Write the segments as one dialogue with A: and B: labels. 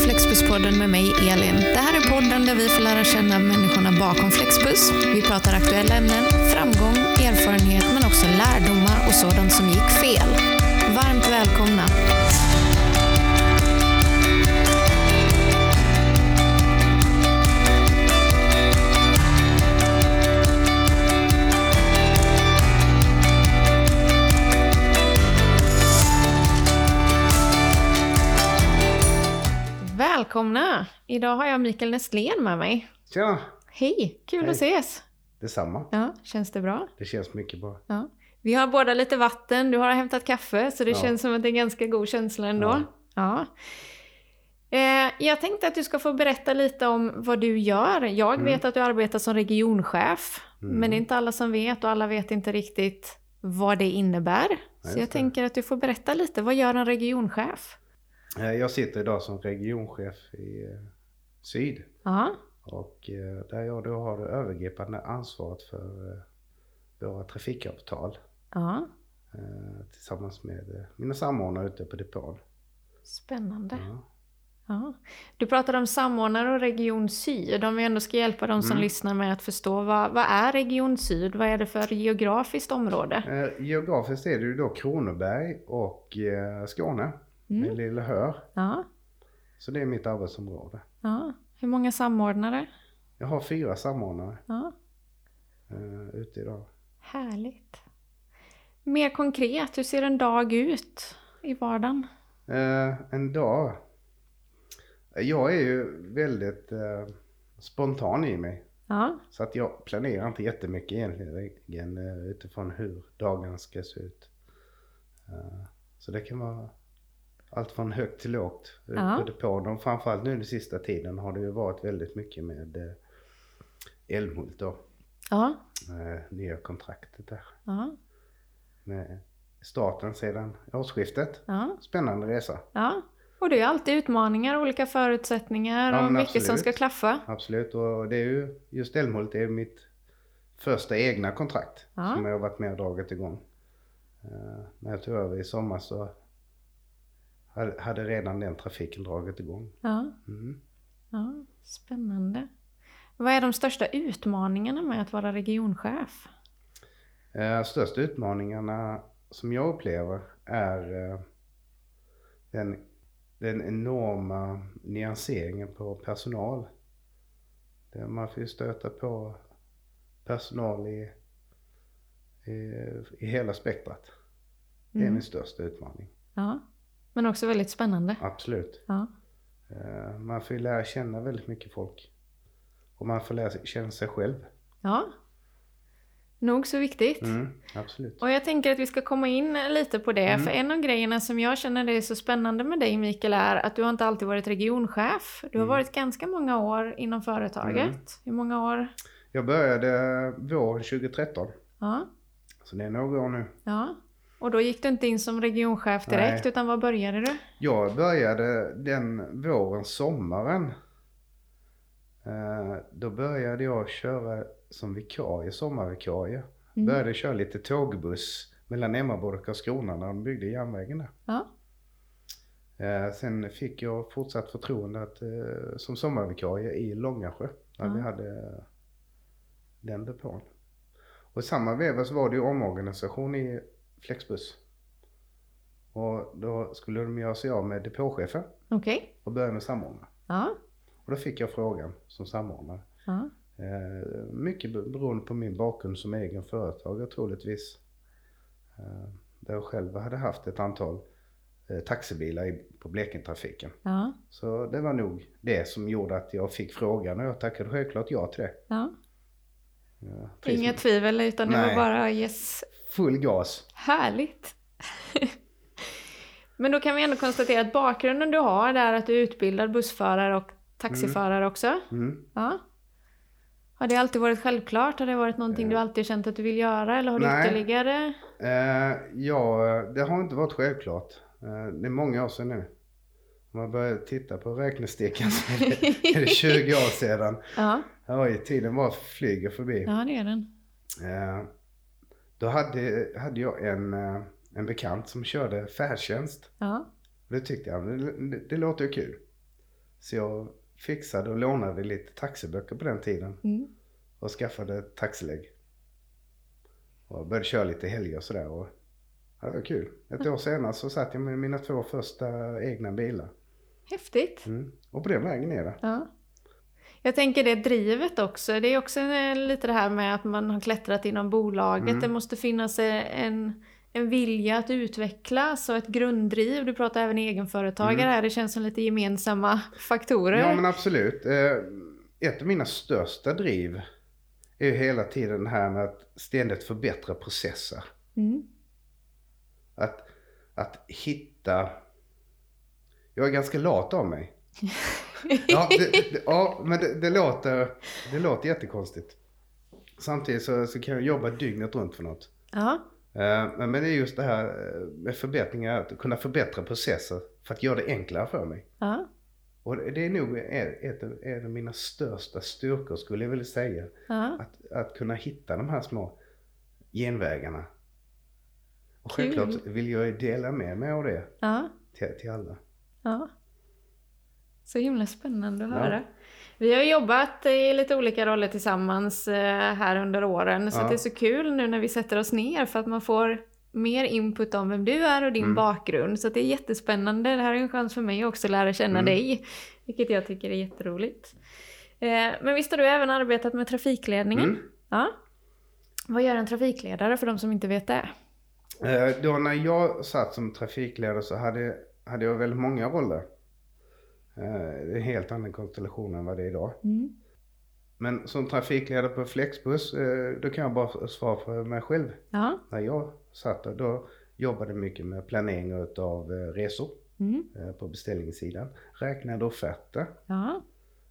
A: Flexpodden med mig, Elin. Det här är podden där vi får lära känna människorna bakom Flexbus. Vi pratar aktuella ämnen, framgång, erfarenhet men också lärdomar och sådant som gick fel. Varmt välkomna! Välkomna! Idag har jag Mikael Nestlén med mig.
B: Tjena!
A: Hej! Kul
B: Hej.
A: att ses!
B: Detsamma.
A: Ja, känns det bra?
B: Det känns mycket bra.
A: Ja. Vi har båda lite vatten, du har hämtat kaffe så det
B: Ja.
A: känns som att det är ganska god känsla ändå. Ja.
B: Ja.
A: Eh, jag tänkte att du ska få berätta lite om vad du gör. Jag
B: Mm.
A: vet att du arbetar som regionchef,
B: Mm.
A: men det är inte alla som vet och alla vet inte riktigt vad det innebär.
B: just
A: så jag
B: det.
A: tänker att du får berätta lite, vad gör en regionchef?
B: Eh, Jag sitter idag som regionchef i eh, Syd
A: Ja,
B: och eh, där jag då har det övergripande ansvaret för eh, våra trafikavtal
A: ja.
B: eh, tillsammans med eh, mina samordnare ute på depån.
A: spännande.
B: Ja.
A: Ja. Du pratade om samordnare och Region Syd, om vi ändå ska hjälpa de som
B: Mm.
A: lyssnar med att förstå vad, vad är Region Syd, vad är det för geografiskt område?
B: Eh, Geografiskt är det ju då Kronoberg och eh, Skåne,
A: Mm.
B: med Lille Hör.
A: Ja,
B: Så det är mitt arbetsområde.
A: ja. Hur många samordnare?
B: Jag har fyra samordnare
A: Ja,
B: eh, ute idag.
A: härligt. Mer konkret, hur ser en dag ut i vardagen?
B: Eh, en dag. Jag är ju väldigt eh, spontan i mig.
A: Ja,
B: Så att jag planerar inte jättemycket egentligen eh, utifrån hur dagen ska se ut. Eh, så det kan vara allt från högt till lågt.
A: Ja.
B: Ja. På dem. Framförallt nu den sista tiden har det ju varit väldigt mycket med eh, Älmhult då.
A: ja,
B: Eh, nya kontraktet där.
A: ja,
B: Med starten sedan årsskiftet.
A: ja.
B: Spännande resa.
A: ja. Och det är alltid utmaningar, olika förutsättningar
B: Ja,
A: och
B: men
A: mycket som
B: absolut.
A: ska klaffa.
B: Absolut, och det är ju just Älmhult är mitt första egna kontrakt
A: Ja.
B: som jag har varit med och dragit igång. Eh, när jag tog över i sommar så hade, hade redan den trafiken dragit igång.
A: Ja,
B: Mm.
A: ja. spännande. Vad är de största utmaningarna med att vara regionchef?
B: Eh, största utmaningarna som jag upplever är eh, den, den enorma nyanseringen på personal. Där man får ju stöta på personal i, i, i hela spektrat. Det är
A: Mm.
B: min största utmaning,
A: Ja, men också väldigt spännande.
B: absolut.
A: Ja,
B: Eh, Man får ju lära känna väldigt mycket folk. Och man får lära sig- känna sig själv.
A: ja. nog så viktigt.
B: Mm, absolut.
A: Och jag tänker att vi ska komma in lite på det,
B: Mm.
A: för en av grejerna som jag känner det är så spännande med dig Mikael är att du har inte alltid varit regionchef. Du har
B: Mm.
A: varit ganska många år inom företaget.
B: Mm.
A: Hur många år?
B: Jag började våren 2013.
A: Ja,
B: Så det är några år nu.
A: ja. Och då gick du inte in som regionchef direkt,
B: Nej.
A: utan var började du?
B: Jag började den våren, sommaren. Eh, Då började jag köra som vikarie, sommarvikarie.
A: Mm.
B: Började köra lite tågbuss mellan Emmaboda och Karlskrona när de byggde järnvägen där.
A: Ja,
B: Eh, Sen fick jag fortsatt förtroende att, eh, som sommarvikarie i Långasjö. Där
A: Ja.
B: vi hade eh, den depån. Och i samma veva så var det ju omorganisation i Flexbus. Och då skulle de göra sig av med depåchefen
A: okej.
B: och börja med samordnare.
A: Ja,
B: Och då fick jag frågan som samordnare.
A: ja,
B: Eh, Mycket be- beroende på min bakgrund som egen företagare troligtvis. Eh, Där jag själv hade haft ett antal eh, taxibilar i- på Blekingetrafiken.
A: ja,
B: Så det var nog det som gjorde att jag fick frågan och jag tackade självklart ja till det.
A: ja.
B: Jag trivs
A: Inga
B: med
A: tvivel, utan det var
B: Nej.
A: bara yes,
B: Full gas.
A: Härligt! Men då kan vi ändå konstatera att bakgrunden du har det är att du är utbildad bussförare och taxiförare också.
B: Mm.
A: Ja. Har det alltid varit självklart? Har det varit någonting du alltid känt att du vill göra? Eller har du
B: Eh. Nej.
A: ytterligare?
B: Eh, ja, det har inte varit självklart. Eh, det är många år sedan nu. Om man börjar titta på räknesteken så är det, är det 20 år sedan.
A: Ja,
B: Oj, tiden bara flyger förbi.
A: ja det är den.
B: Eh, då hade, hade jag en, eh, en bekant som körde färdtjänst.
A: Ja,
B: Och det tyckte jag, det, det, det låter ju kul. Så jag fixade och lånade lite taxiböcker på den tiden
C: Mm.
B: och skaffade taxilägg. Och började köra lite helger och sådär. Och ja, det var kul. Ett år senare så satt jag med mina två första egna bilar.
C: Häftigt.
B: Mm. Och på den vägen är det.
C: Ja.
A: Jag tänker det drivet också. Det är också eh, lite det här med att man har klättrat inom bolaget.
B: Mm.
A: Det måste finnas eh, en, en vilja att utvecklas och ett grunddriv. Du pratar även egenföretagare
B: Mm.
A: här. Det känns som lite gemensamma faktorer.
B: Ja men absolut. Eh, Ett av mina största driv är ju hela tiden det här med att ständigt förbättra processer.
A: Mm.
B: Att, att hitta... Jag är ganska lat av mig. Ja, det, det, ja men det, det, låter, det låter jättekonstigt. Samtidigt så, så kan jag jobba dygnet runt för något.
A: ja.
B: Eh, Men men det är just det här eh, med förbättringar, att kunna förbättra processer för att göra det enklare för mig.
A: ja.
B: Och det det är nog ett, ett, av- en av mina största styrkor skulle jag vilja säga.
A: ja.
B: Att, att kunna hitta de här små genvägarna. Och
A: Kul.
B: självklart vill jag ju dela med mig av det
A: ja.
B: till, till alla.
A: Ja. Så himla spännande att
B: Ja.
A: höra. Vi har jobbat i lite olika roller tillsammans eh, här under åren. Så
B: Ja.
A: att det är så kul nu när vi sätter oss ner för att man får mer input om vem du är och din
B: Mm.
A: bakgrund. Så att det är jättespännande. Det här är en chans för mig också att lära känna
B: Mm.
A: dig. Vilket jag tycker är jätteroligt. Eh, Men visst har du även arbetat med trafikledningen?
B: Mm.
A: Ja. Vad gör en trafikledare för de som inte vet det?
B: Eh, Då när jag satt som trafikledare så hade, hade jag väldigt många roller. Eh, Det är en helt annan konstellation än vad det är idag.
A: Mm.
B: Men som trafikledare på Flexbus, eh, då kan jag bara svara för mig själv.
A: Ja.
B: När jag satt där, då jobbade jag mycket med planering utav eh, resor
A: Mm.
B: eh, på beställningssidan. Räknade offerter,
A: Ja.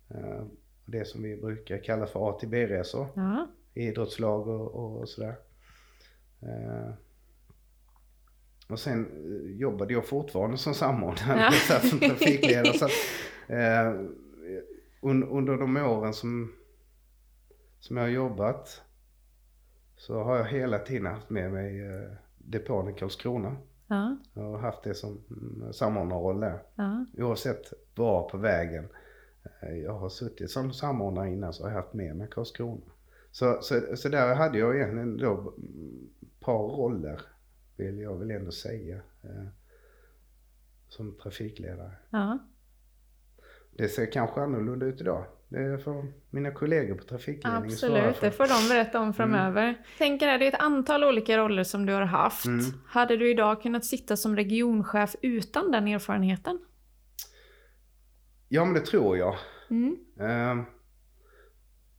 B: eh, det som vi brukar kalla för A till B-resor,
A: Ja.
B: idrottslag och, och, och sådär. Eh, Och sen eh, jobbade jag fortfarande som samordnare,
A: Ja.
B: jag satt som trafikledare. Så att, eh, un, under de åren som, som jag har jobbat så har jag hela tiden haft med mig eh, depån i Karlskrona.
A: Ja.
B: Jag har haft det som mm, samordnarroll där.
A: Ja.
B: Oavsett var på vägen eh, jag har suttit som samordnare innan så har jag haft med mig Karlskrona. Så, så, så där hade jag egentligen då mm, ett par roller, vill jag väl ändå säga, eh, som trafikledare.
A: ja.
B: Det ser kanske annorlunda ut idag. Det får mina kollegor på trafikledningen svara
A: Absolut, det får de berätta om framöver. Tänker här, det är ett antal olika roller som du har haft.
B: Mm.
A: Hade du idag kunnat sitta som regionchef utan den erfarenheten?
B: Ja men det tror jag.
A: Mm.
B: Eh,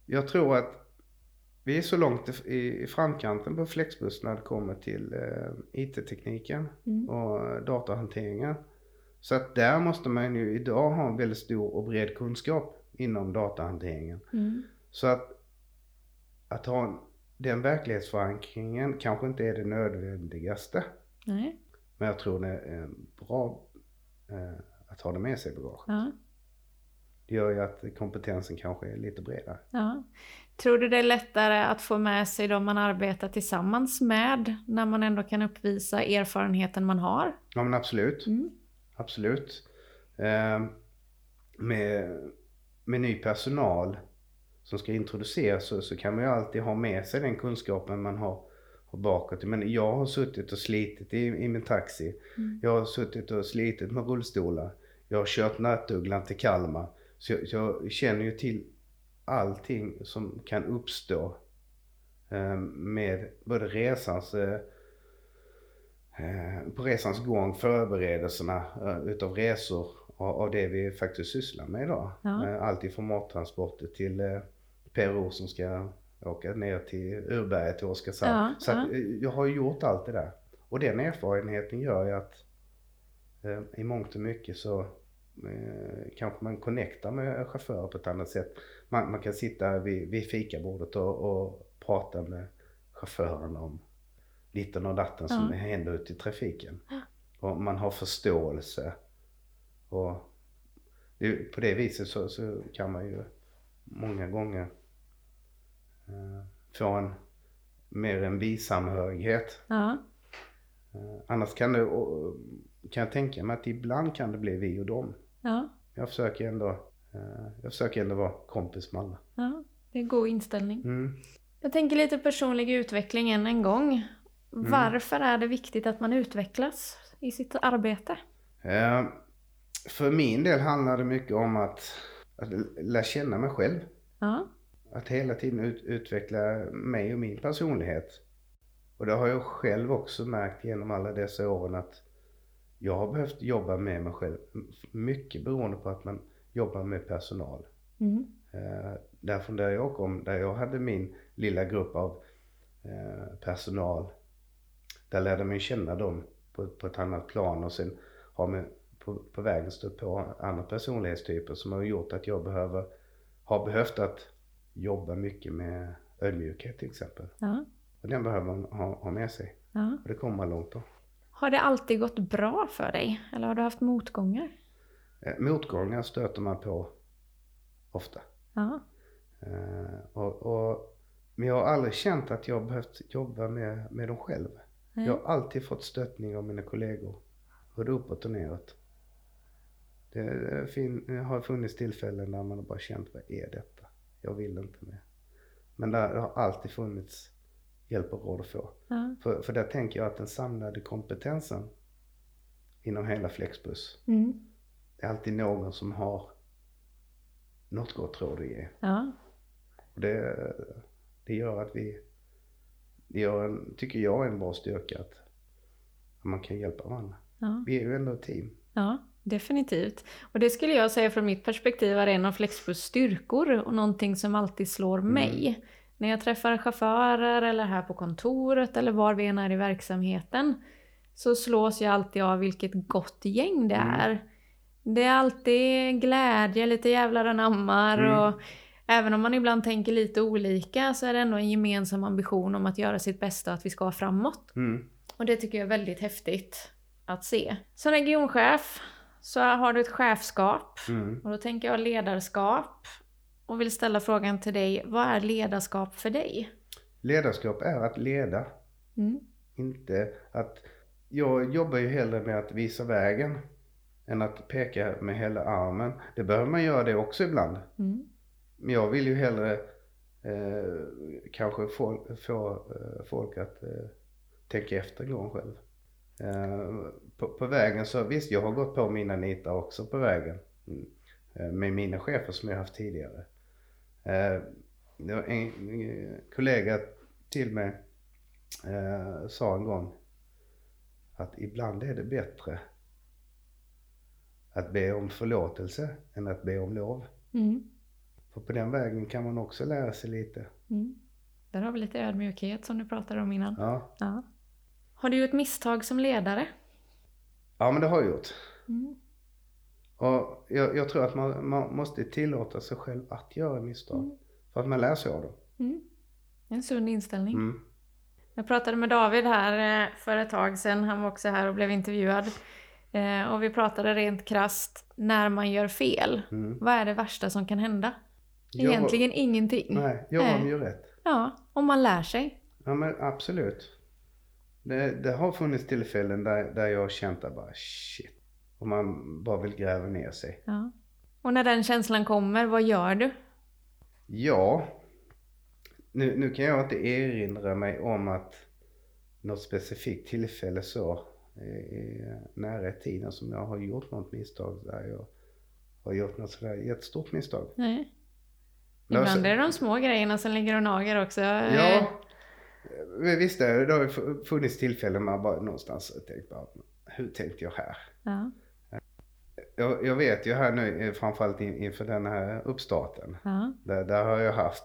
B: Jag tror att vi är så långt i- i framkanten på Flexbus när det kommer till eh, IT-tekniken
A: Mm.
B: och eh, datahanteringen. Så att där måste man ju idag ha en väldigt stor och bred kunskap inom datahanteringen.
A: Mm.
B: Så att, att ha en, den verklighetsförankringen kanske inte är det nödvändigaste.
A: Nej.
B: Men jag tror det är bra eh, att ha det med sig i bagaget.
A: Ja.
B: Det gör ju att kompetensen kanske är lite bredare.
A: Ja. Tror du det är lättare att få med sig de man arbetar tillsammans med när man ändå kan uppvisa erfarenheten man har?
B: Ja men absolut.
A: Mm.
B: Absolut. Eh, med, med ny personal som ska introduceras så, så kan man ju alltid ha med sig den kunskapen man har, har bakåt. Men jag har suttit och slitit i, i min taxi.
A: Mm.
B: Jag har suttit och slitit med rullstolar. Jag har kört nattugglan till Kalmar. Så jag, så jag känner ju till allting som kan uppstå eh, med både resans eh, eh, på resans gång förberedelserna eh, utav resor av, av det vi faktiskt sysslar med idag.
A: Ja.
B: Eh, Allt ifrån mattransporter till eh, PRO som ska åka ner till Urberga till Oskarshamn.
A: Ja,
B: så att, eh, jag har ju gjort allt det där. Och den erfarenheten gör ju att eh, i mångt och mycket så eh, kanske man connectar med chaufförer på ett annat sätt. Man, man kan sitta vid, vid fikabordet och, och prata med chauffören om ditten och datten som
A: Ja.
B: händer ute i trafiken. Och man har förståelse. Och det, på det viset så, så kan man ju många gånger eh, få en mer en bisamhörighet.
A: Ja.
B: Eh, annars kan det, och, kan jag tänka mig att ibland kan det bli vi och dem.
A: Ja.
B: jag försöker ändå, eh, jag försöker ändå vara kompis med alla.
A: Ja, det är god inställning.
B: Mm.
A: Jag tänker lite personlig utveckling än en gång. Mm. Varför är det viktigt att man utvecklas i sitt arbete?
B: Eh, för min del handlar det mycket om att, att lära känna mig själv.
A: Ja,
B: Att hela tiden ut, utveckla mig och min personlighet. Och det har jag själv också märkt genom alla dessa åren att jag har behövt jobba med mig själv. Mycket beroende på att man jobbar med personal.
A: mm.
B: Eh, därifrån där jag kom, där jag hade min lilla grupp av eh, personal. Där lärde man ju känna dem på, på ett annat plan och sen har man på, på vägen stött på andra personlighetstyper som har gjort att jag behöver, har behövt att jobba mycket med ödmjukhet till exempel.
A: ja,
B: Och den behöver man ha, ha med sig.
A: ja.
B: Och det kommer man långt då.
A: Har det alltid gått bra för dig? Eller har du haft motgångar?
B: Eh, motgångar stöter man på ofta.
A: Ja,
B: Eh, och, och, men jag har aldrig känt att jag har behövt jobba med, med dem själv.
A: nej.
B: Jag har alltid fått stöttning av mina kollegor. Både uppåt och neråt. Det är fin, det har funnits tillfällen där man har bara känt, vad är detta? Jag vill inte mer. Men där har alltid funnits hjälp och råd att få.
A: Ja.
B: För, för där tänker jag att den samlade kompetensen inom hela Flexbus,
A: Mm.
B: det är alltid någon som har något gott råd att ge.
A: ja,
B: Och det, det gör att vi, det gör en, tycker jag är en bra styrka att man kan hjälpa varandra.
A: ja.
B: Vi är ju ändå ett team.
A: Ja, definitivt. Och det skulle jag säga från mitt perspektiv är en av Flexbus styrkor och någonting som alltid slår
B: Mm.
A: mig. När jag träffar chaufförer eller här på kontoret eller var vi än är i verksamheten så slås jag alltid av vilket gott gäng det
B: Mm.
A: är. Det är alltid glädje, lite jävlar anammar
B: Mm.
A: och även om man ibland tänker lite olika så är det ändå en gemensam ambition om att göra sitt bästa och att vi ska framåt.
B: Mm.
A: Och det tycker jag är väldigt häftigt att se. Som regionchef så har du ett chefskap
B: Mm.
A: och då tänker jag ledarskap och vill ställa frågan till dig, vad är ledarskap för dig?
B: Ledarskap är att leda,
A: Mm.
B: inte att... Jag jobbar ju hellre med att visa vägen än att peka med hela armen. Det behöver man göra det också ibland.
A: Mm.
B: Men jag vill ju hellre eh, kanske få, få eh, folk att eh, tänka efter en gång själv. Eh, på, på vägen så, visst jag har gått på mina nitar också på vägen. Mm. Eh, med mina chefer som jag haft tidigare. Eh, det var en, eh, kollega till mig eh, sa en gång att ibland är det bättre att be om förlåtelse än att be om lov.
A: Mm.
B: För på den vägen kan man också lära sig lite.
A: Mm. Där har vi lite ödmjukhet som du pratade om innan.
B: Ja,
A: Ja. Har du gjort misstag som ledare?
B: ja men det har jag gjort.
A: Mm.
B: Och jag, jag tror att man, man måste tillåta sig själv att göra misstag.
A: Mm.
B: För att man lär sig av dem.
A: Mm. En sund inställning.
B: Mm.
A: Jag pratade med David här eh, för ett tag sedan. Han var också här och blev intervjuad. Eh, Och vi pratade rent krasst när man gör fel.
B: Mm.
A: Vad är det värsta som kan hända?
B: Jag var-
A: Egentligen ingenting.
B: Nej, jag har
A: Nej.
B: ju rätt.
A: Ja, om man lär sig.
B: Ja men absolut. Det, det har funnits tillfällen där, där jag har känt att bara shit. Och man bara vill gräva ner sig.
A: Ja. Och när den känslan kommer, vad gör du?
B: Ja. Nu, nu kan jag inte erinra mig om att något specifikt tillfälle så eh, i nära i tiden som jag har gjort något misstag där jag har gjort något sådär jättestort misstag.
A: Nej.
B: Men
A: Ibland
B: alltså-
A: är det de små grejerna som ligger och nager också. Eh,
B: Ja, eh, visst är det. Det har ju fu- funnits tillfällen man bara någonstans tänkt bara, hur tänkte jag här?
A: ja.
B: Jag, jag vet ju här nu eh, framförallt in, inför den här uppstarten.
A: ja.
B: Där, där har jag haft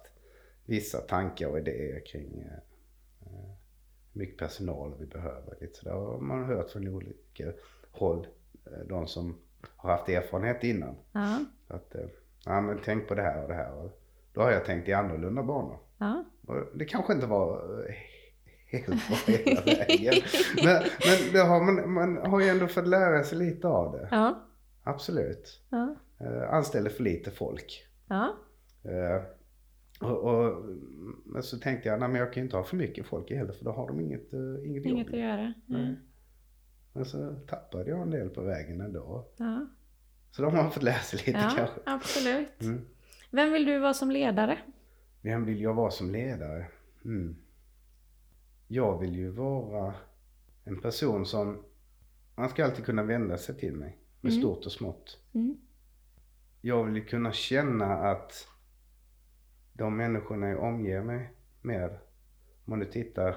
B: vissa tankar och idéer kring eh, eh, hur mycket personal vi behöver. Lite sådär. Och man har hört från olika håll, eh, de som har haft erfarenhet innan.
A: ja.
B: Att, eh, ja men tänk på det här och det här. Och då har jag tänkt i annorlunda banor.
A: ja.
B: Och det kanske inte var eh, helt bra hela vägen. Men, men det har man, man har ju ändå fått lära sig lite av det.
A: ja.
B: Absolut.
A: ja.
B: Eh, Anställer för lite folk.
A: ja.
B: Eh, och, och, men så tänkte jag, nej men jag kan ju inte ha för mycket folk heller för då har de inget, eh, inget,
A: Inget
B: jobb.
A: att göra. Mm.
B: Nej. Men så tappade jag en del på vägen ändå.
A: Ja.
B: Så de har fått lära sig lite
A: Ja,
B: kanske.
A: absolut.
B: Mm.
A: Vem vill du vara som ledare?
B: Vem vill jag vara som ledare? Mm. Jag vill ju vara en person som man ska alltid kunna vända sig till mig med
A: Mm.
B: stort och smått.
A: Mm.
B: Jag vill ju kunna känna att de människorna jag omger mig med, om du tittar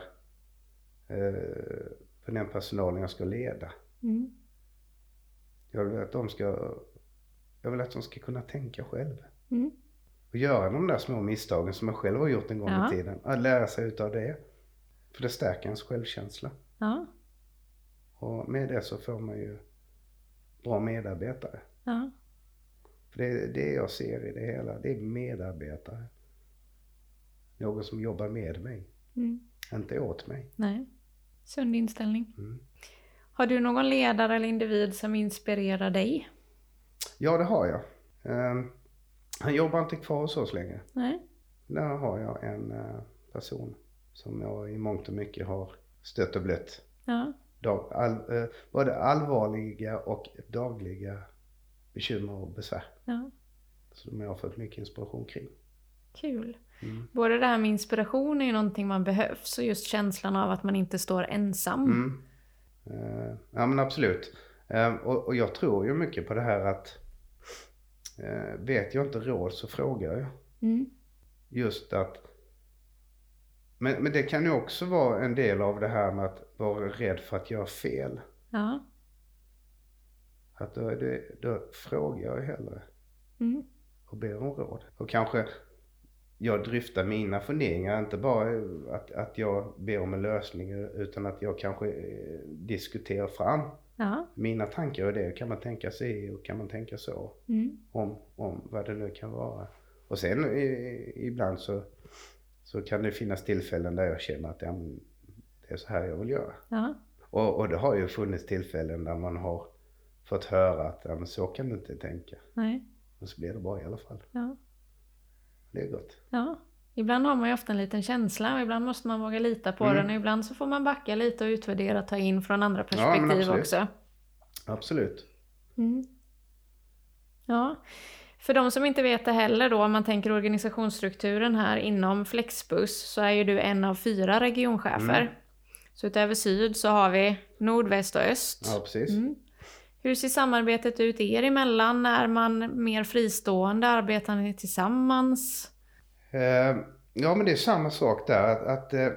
B: eh, på den personalen jag ska leda.
A: Mm.
B: Jag vill att de ska, jag vill att de ska kunna tänka själv.
A: Mm.
B: Och göra de där små misstagen som jag själv har gjort en gång
A: Ja.
B: i tiden. Att lära sig utav det. För det stärker ens självkänsla.
A: Ja,
B: Och med det så får man ju bra medarbetare.
A: ja,
B: För det är det jag ser i det hela. Det är medarbetare. Någon som jobbar med mig.
A: mm.
B: Inte åt mig.
A: nej. Sund inställning.
B: Mm.
A: Har du någon ledare eller individ som inspirerar dig?
B: Ja, det har jag. Ehm, han jobbar inte kvar hos oss längre.
A: Nej.
B: Där har jag en eh, person som jag i mångt och mycket har stött och blött.
A: Ja,
B: dag, all, eh, både allvarliga och dagliga bekymmer och besvär.
A: ja.
B: Som jag har fått mycket inspiration kring.
A: Kul.
B: Mm.
A: Både det här med inspiration är ju någonting man behövs och just känslan av att man inte står ensam.
B: Mm. Eh, ja men absolut. Eh, och, och jag tror ju mycket på det här att eh, vet jag inte råd så frågar jag.
A: Mm.
B: Just att men, men det kan ju också vara en del av det här med att vara rädd för att göra fel.
A: Ja.
B: Att då, är det, då frågar jag hellre.
A: Mm.
B: och ber om råd. Och kanske jag dryftar mina funderingar, inte bara att, att jag ber om en lösning utan att jag kanske eh, diskuterar fram
A: Ja.
B: mina tankar och det. Kan man tänka sig och kan man tänka så?
A: Mm.
B: Om, om vad det nu kan vara. Och sen eh, ibland så, så kan det finnas tillfällen där jag känner att ja, men det är så här jag vill göra.
A: Ja.
B: Och, och det har ju funnits tillfällen där man har fått höra att ja, men så kan du inte tänka.
A: Nej.
B: Men så blir det bra i alla fall.
A: Ja.
B: Det är gott.
A: Ja. Ibland har man ju ofta en liten känsla och ibland måste man våga lita på
B: Mm.
A: den och ibland så får man backa lite och utvärdera, ta in från andra
B: men
A: perspektiv
B: absolut.
A: också.
B: Absolut.
A: Mm. Ja. För de som inte vet det heller då, om man tänker organisationsstrukturen här inom Flexbus, så är ju du en av fyra regionchefer.
B: Mm.
A: Så utöver syd så har vi nord, väst och öst.
B: Ja, precis.
A: Mm. Hur ser samarbetet ut er emellan? Är man mer fristående? Arbetar ni tillsammans?
B: Eh, ja, men det är samma sak där. Att, att, eh,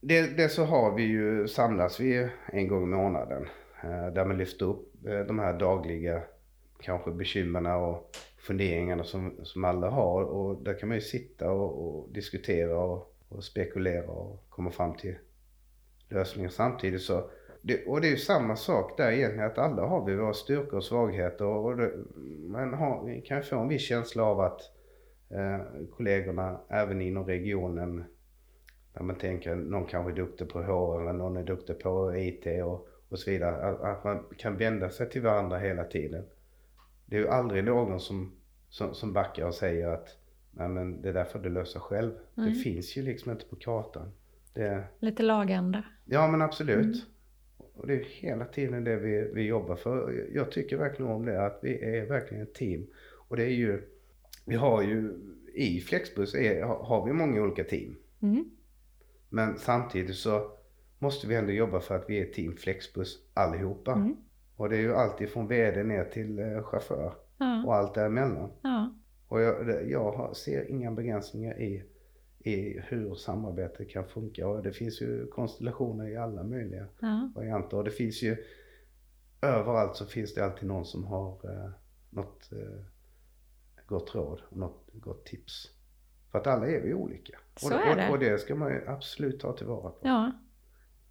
B: det, det så har vi ju, samlas vi ju en gång i månaden. Eh, där man lyfter upp eh, de här dagliga kanske bekymren och funderingarna som, som alla har. Och där kan man ju sitta och, och diskutera och, och spekulera och komma fram till lösningar samtidigt. Så det, och det är ju samma sak där egentligen, att alla har vi våra styrkor och svagheter. Och det, man har, kan ju få en viss känsla av att eh, kollegorna även inom regionen. När man tänker någon kanske är duktig på HR eller någon är duktig på IT och, och så vidare. Att, att man kan vända sig till varandra hela tiden. Det är ju aldrig någon som, som, som backar och säger att Nej men det där får du lösa själv.
A: Nej.
B: Det finns ju liksom inte på kartan. Det,
A: Lite laganda.
B: ja men absolut. Och det är ju hela tiden det vi, vi jobbar för. Jag tycker verkligen om det att vi är verkligen ett team. Och det är ju, vi har ju, i Flexbus är, har vi många olika team.
A: Mm.
B: Men samtidigt så måste vi ändå jobba för att vi är team Flexbus allihopa.
A: Mm.
B: Och det är ju alltid från VD ner till eh, chaufför
A: Ja.
B: och allt däremellan.
A: Ja.
B: Och jag, det- jag har- ser inga begränsningar i, i hur samarbete kan funka. Och det finns ju konstellationer i alla möjliga
A: Ja.
B: varianter. Och det finns ju överallt så finns det alltid någon som har eh, något eh, gott råd och något gott tips. För att alla är vi olika.
A: Så
B: och,
A: är det.
B: Och, och det ska man ju absolut ta tillvara på.
A: Ja.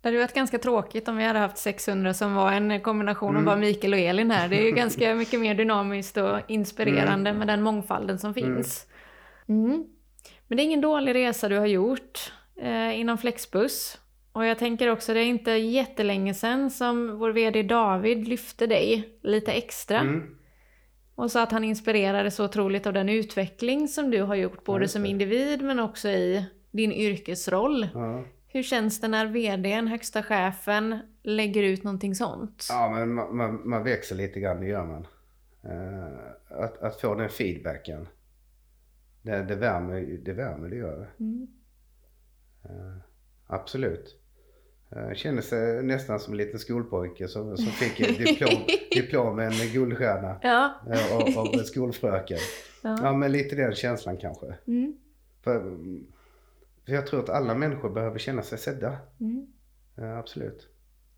A: Det hade varit ganska tråkigt om vi hade haft 600 som var en kombination av
B: Mm.
A: bara Mikael och Elin här. Det är ju ganska mycket mer dynamiskt och inspirerande
B: Mm.
A: med den mångfalden som finns. Mm. Men det är ingen dålig resa du har gjort eh, inom Flexbus. Och jag tänker också, det är inte jättelänge sedan som vår VD David lyfte dig lite extra.
B: Mm,
A: Och sa att han inspirerades så otroligt av den utveckling som du har gjort, både
B: just
A: som
B: det.
A: individ men också i din yrkesroll.
B: ja.
A: Hur känns det när vdn, högsta chefen, lägger ut någonting sånt?
B: ja, men man, man, man växer lite grann, det gör man. Eh, att, att få den feedbacken. Det, det värmer ju- det värmer det gör.
A: Mm.
B: Eh, Absolut. Eh, Kände sig nästan som en liten skolpojke som, som fick ett diplom, diplom med en guldstjärna
A: Ja.
B: eh, av, av en skolfröken.
A: ja.
B: Ja men lite den känslan kanske.
A: Mm.
B: För, för jag tror att alla människor behöver känna sig sedda.
A: Mm.
B: Eh, Absolut.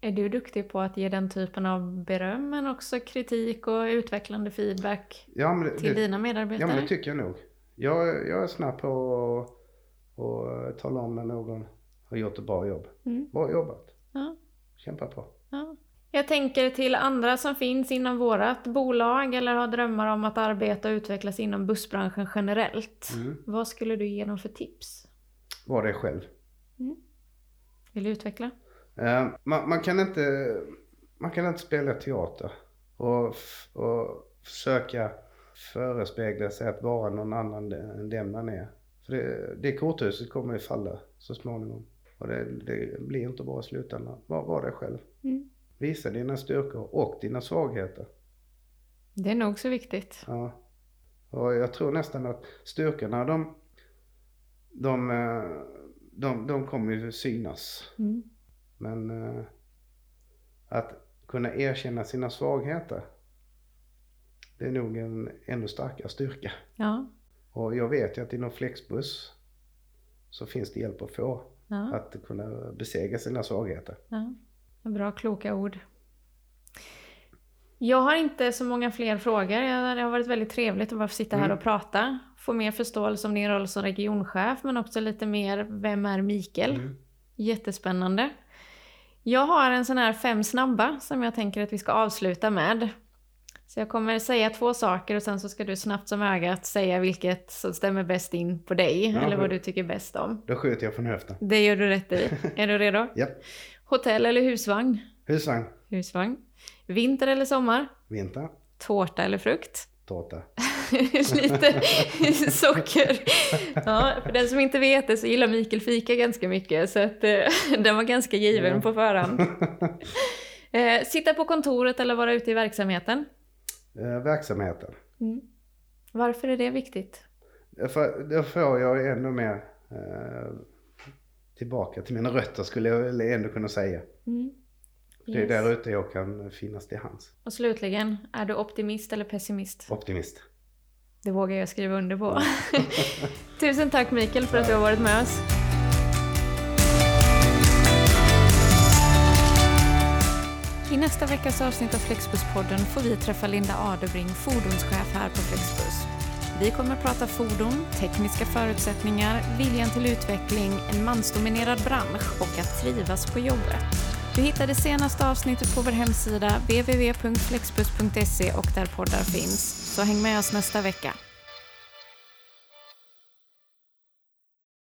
A: Är du duktig på att ge den typen av beröm men också kritik och utvecklande feedback
B: Ja men,
A: till
B: det,
A: dina
B: ja,
A: medarbetare?
B: men det tycker jag nog. Jag, jag är snabb på att- att tala om när någon har gjort ett bra jobb.
A: Mm.
B: Bra jobbat.
A: Ja.
B: Kämpa på.
A: Ja. Jag tänker till andra som finns inom vårt bolag eller har drömmar om att arbeta och utvecklas inom bussbranschen generellt.
B: Mm.
A: Vad skulle du ge dem för tips?
B: Var dig själv.
A: Vill du utveckla?
B: Eh, man, man, kan inte, man kan inte spela teater och, f- och försöka förespegla sig att vara någon annan än den man är. För det, det korthuset kommer ju falla så småningom. Och det, det blir inte bra i slutändan. Var, var dig själv.
A: Mm.
B: Visa dina styrkor och dina svagheter.
A: Det är nog så viktigt.
B: Ja. Och jag tror nästan att styrkorna de, de, eh, de, de kommer ju synas.
A: Mm.
B: Men eh, att kunna erkänna sina svagheter. Det är nog en ännu starkare styrka.
A: Ja.
B: Och jag vet ju att inom Flexbus så finns det hjälp att få.
A: ja.
B: Att kunna besegra sina svagheter.
A: ja. Bra kloka ord. Jag har inte så många fler frågor. Jag- Det har varit väldigt trevligt att bara få sitta här
B: Mm.
A: och prata. Få mer förståelse om din roll som regionchef men också lite mer vem är Mikael?
B: Mm.
A: Jättespännande. Jag har en sån här fem snabba som jag tänker att vi ska avsluta med. Så jag kommer säga två saker och sen så ska du snabbt som ögat säga vilket som stämmer bäst in på dig
B: Ja,
A: eller vad
B: det-
A: du tycker bäst om.
B: Då skjuter jag från höften.
A: Det gör du rätt i. Är du redo?
B: Japp.
A: Hotell eller husvagn?
B: Husvagn.
A: Husvagn. Vinter eller sommar?
B: Vinter.
A: Tårta eller frukt?
B: Tårta.
A: lite socker. Ja, för den som inte vet det så gillar Mikael fika ganska mycket så att eh, den var ganska given
B: Ja.
A: på förhand. Eh, sitta på kontoret eller vara ute i verksamheten.
B: Eh, verksamheten. Eh,
A: Varför är det viktigt?
B: För, då får jag ännu mer eh, tillbaka till mina rötter skulle jag väl ändå kunna säga. Det är
A: Mm. Yes.
B: där ute jag kan finnas till hands.
A: Och slutligen, är du optimist eller pessimist?
B: Optimist.
A: Det vågar jag skriva under på. Tusen tack Mikael för att du har varit med oss. I nästa veckas avsnitt av Flexbuspodden får vi träffa Linda Adebring, fordonschef här på Flexbus. Vi kommer att prata fordon, tekniska förutsättningar, viljan till utveckling, en mansdominerad bransch och att trivas på jobbet. Du hittar det senaste avsnittet på vår hemsida www.flexbus.se och där poddar finns. Så häng med oss nästa vecka.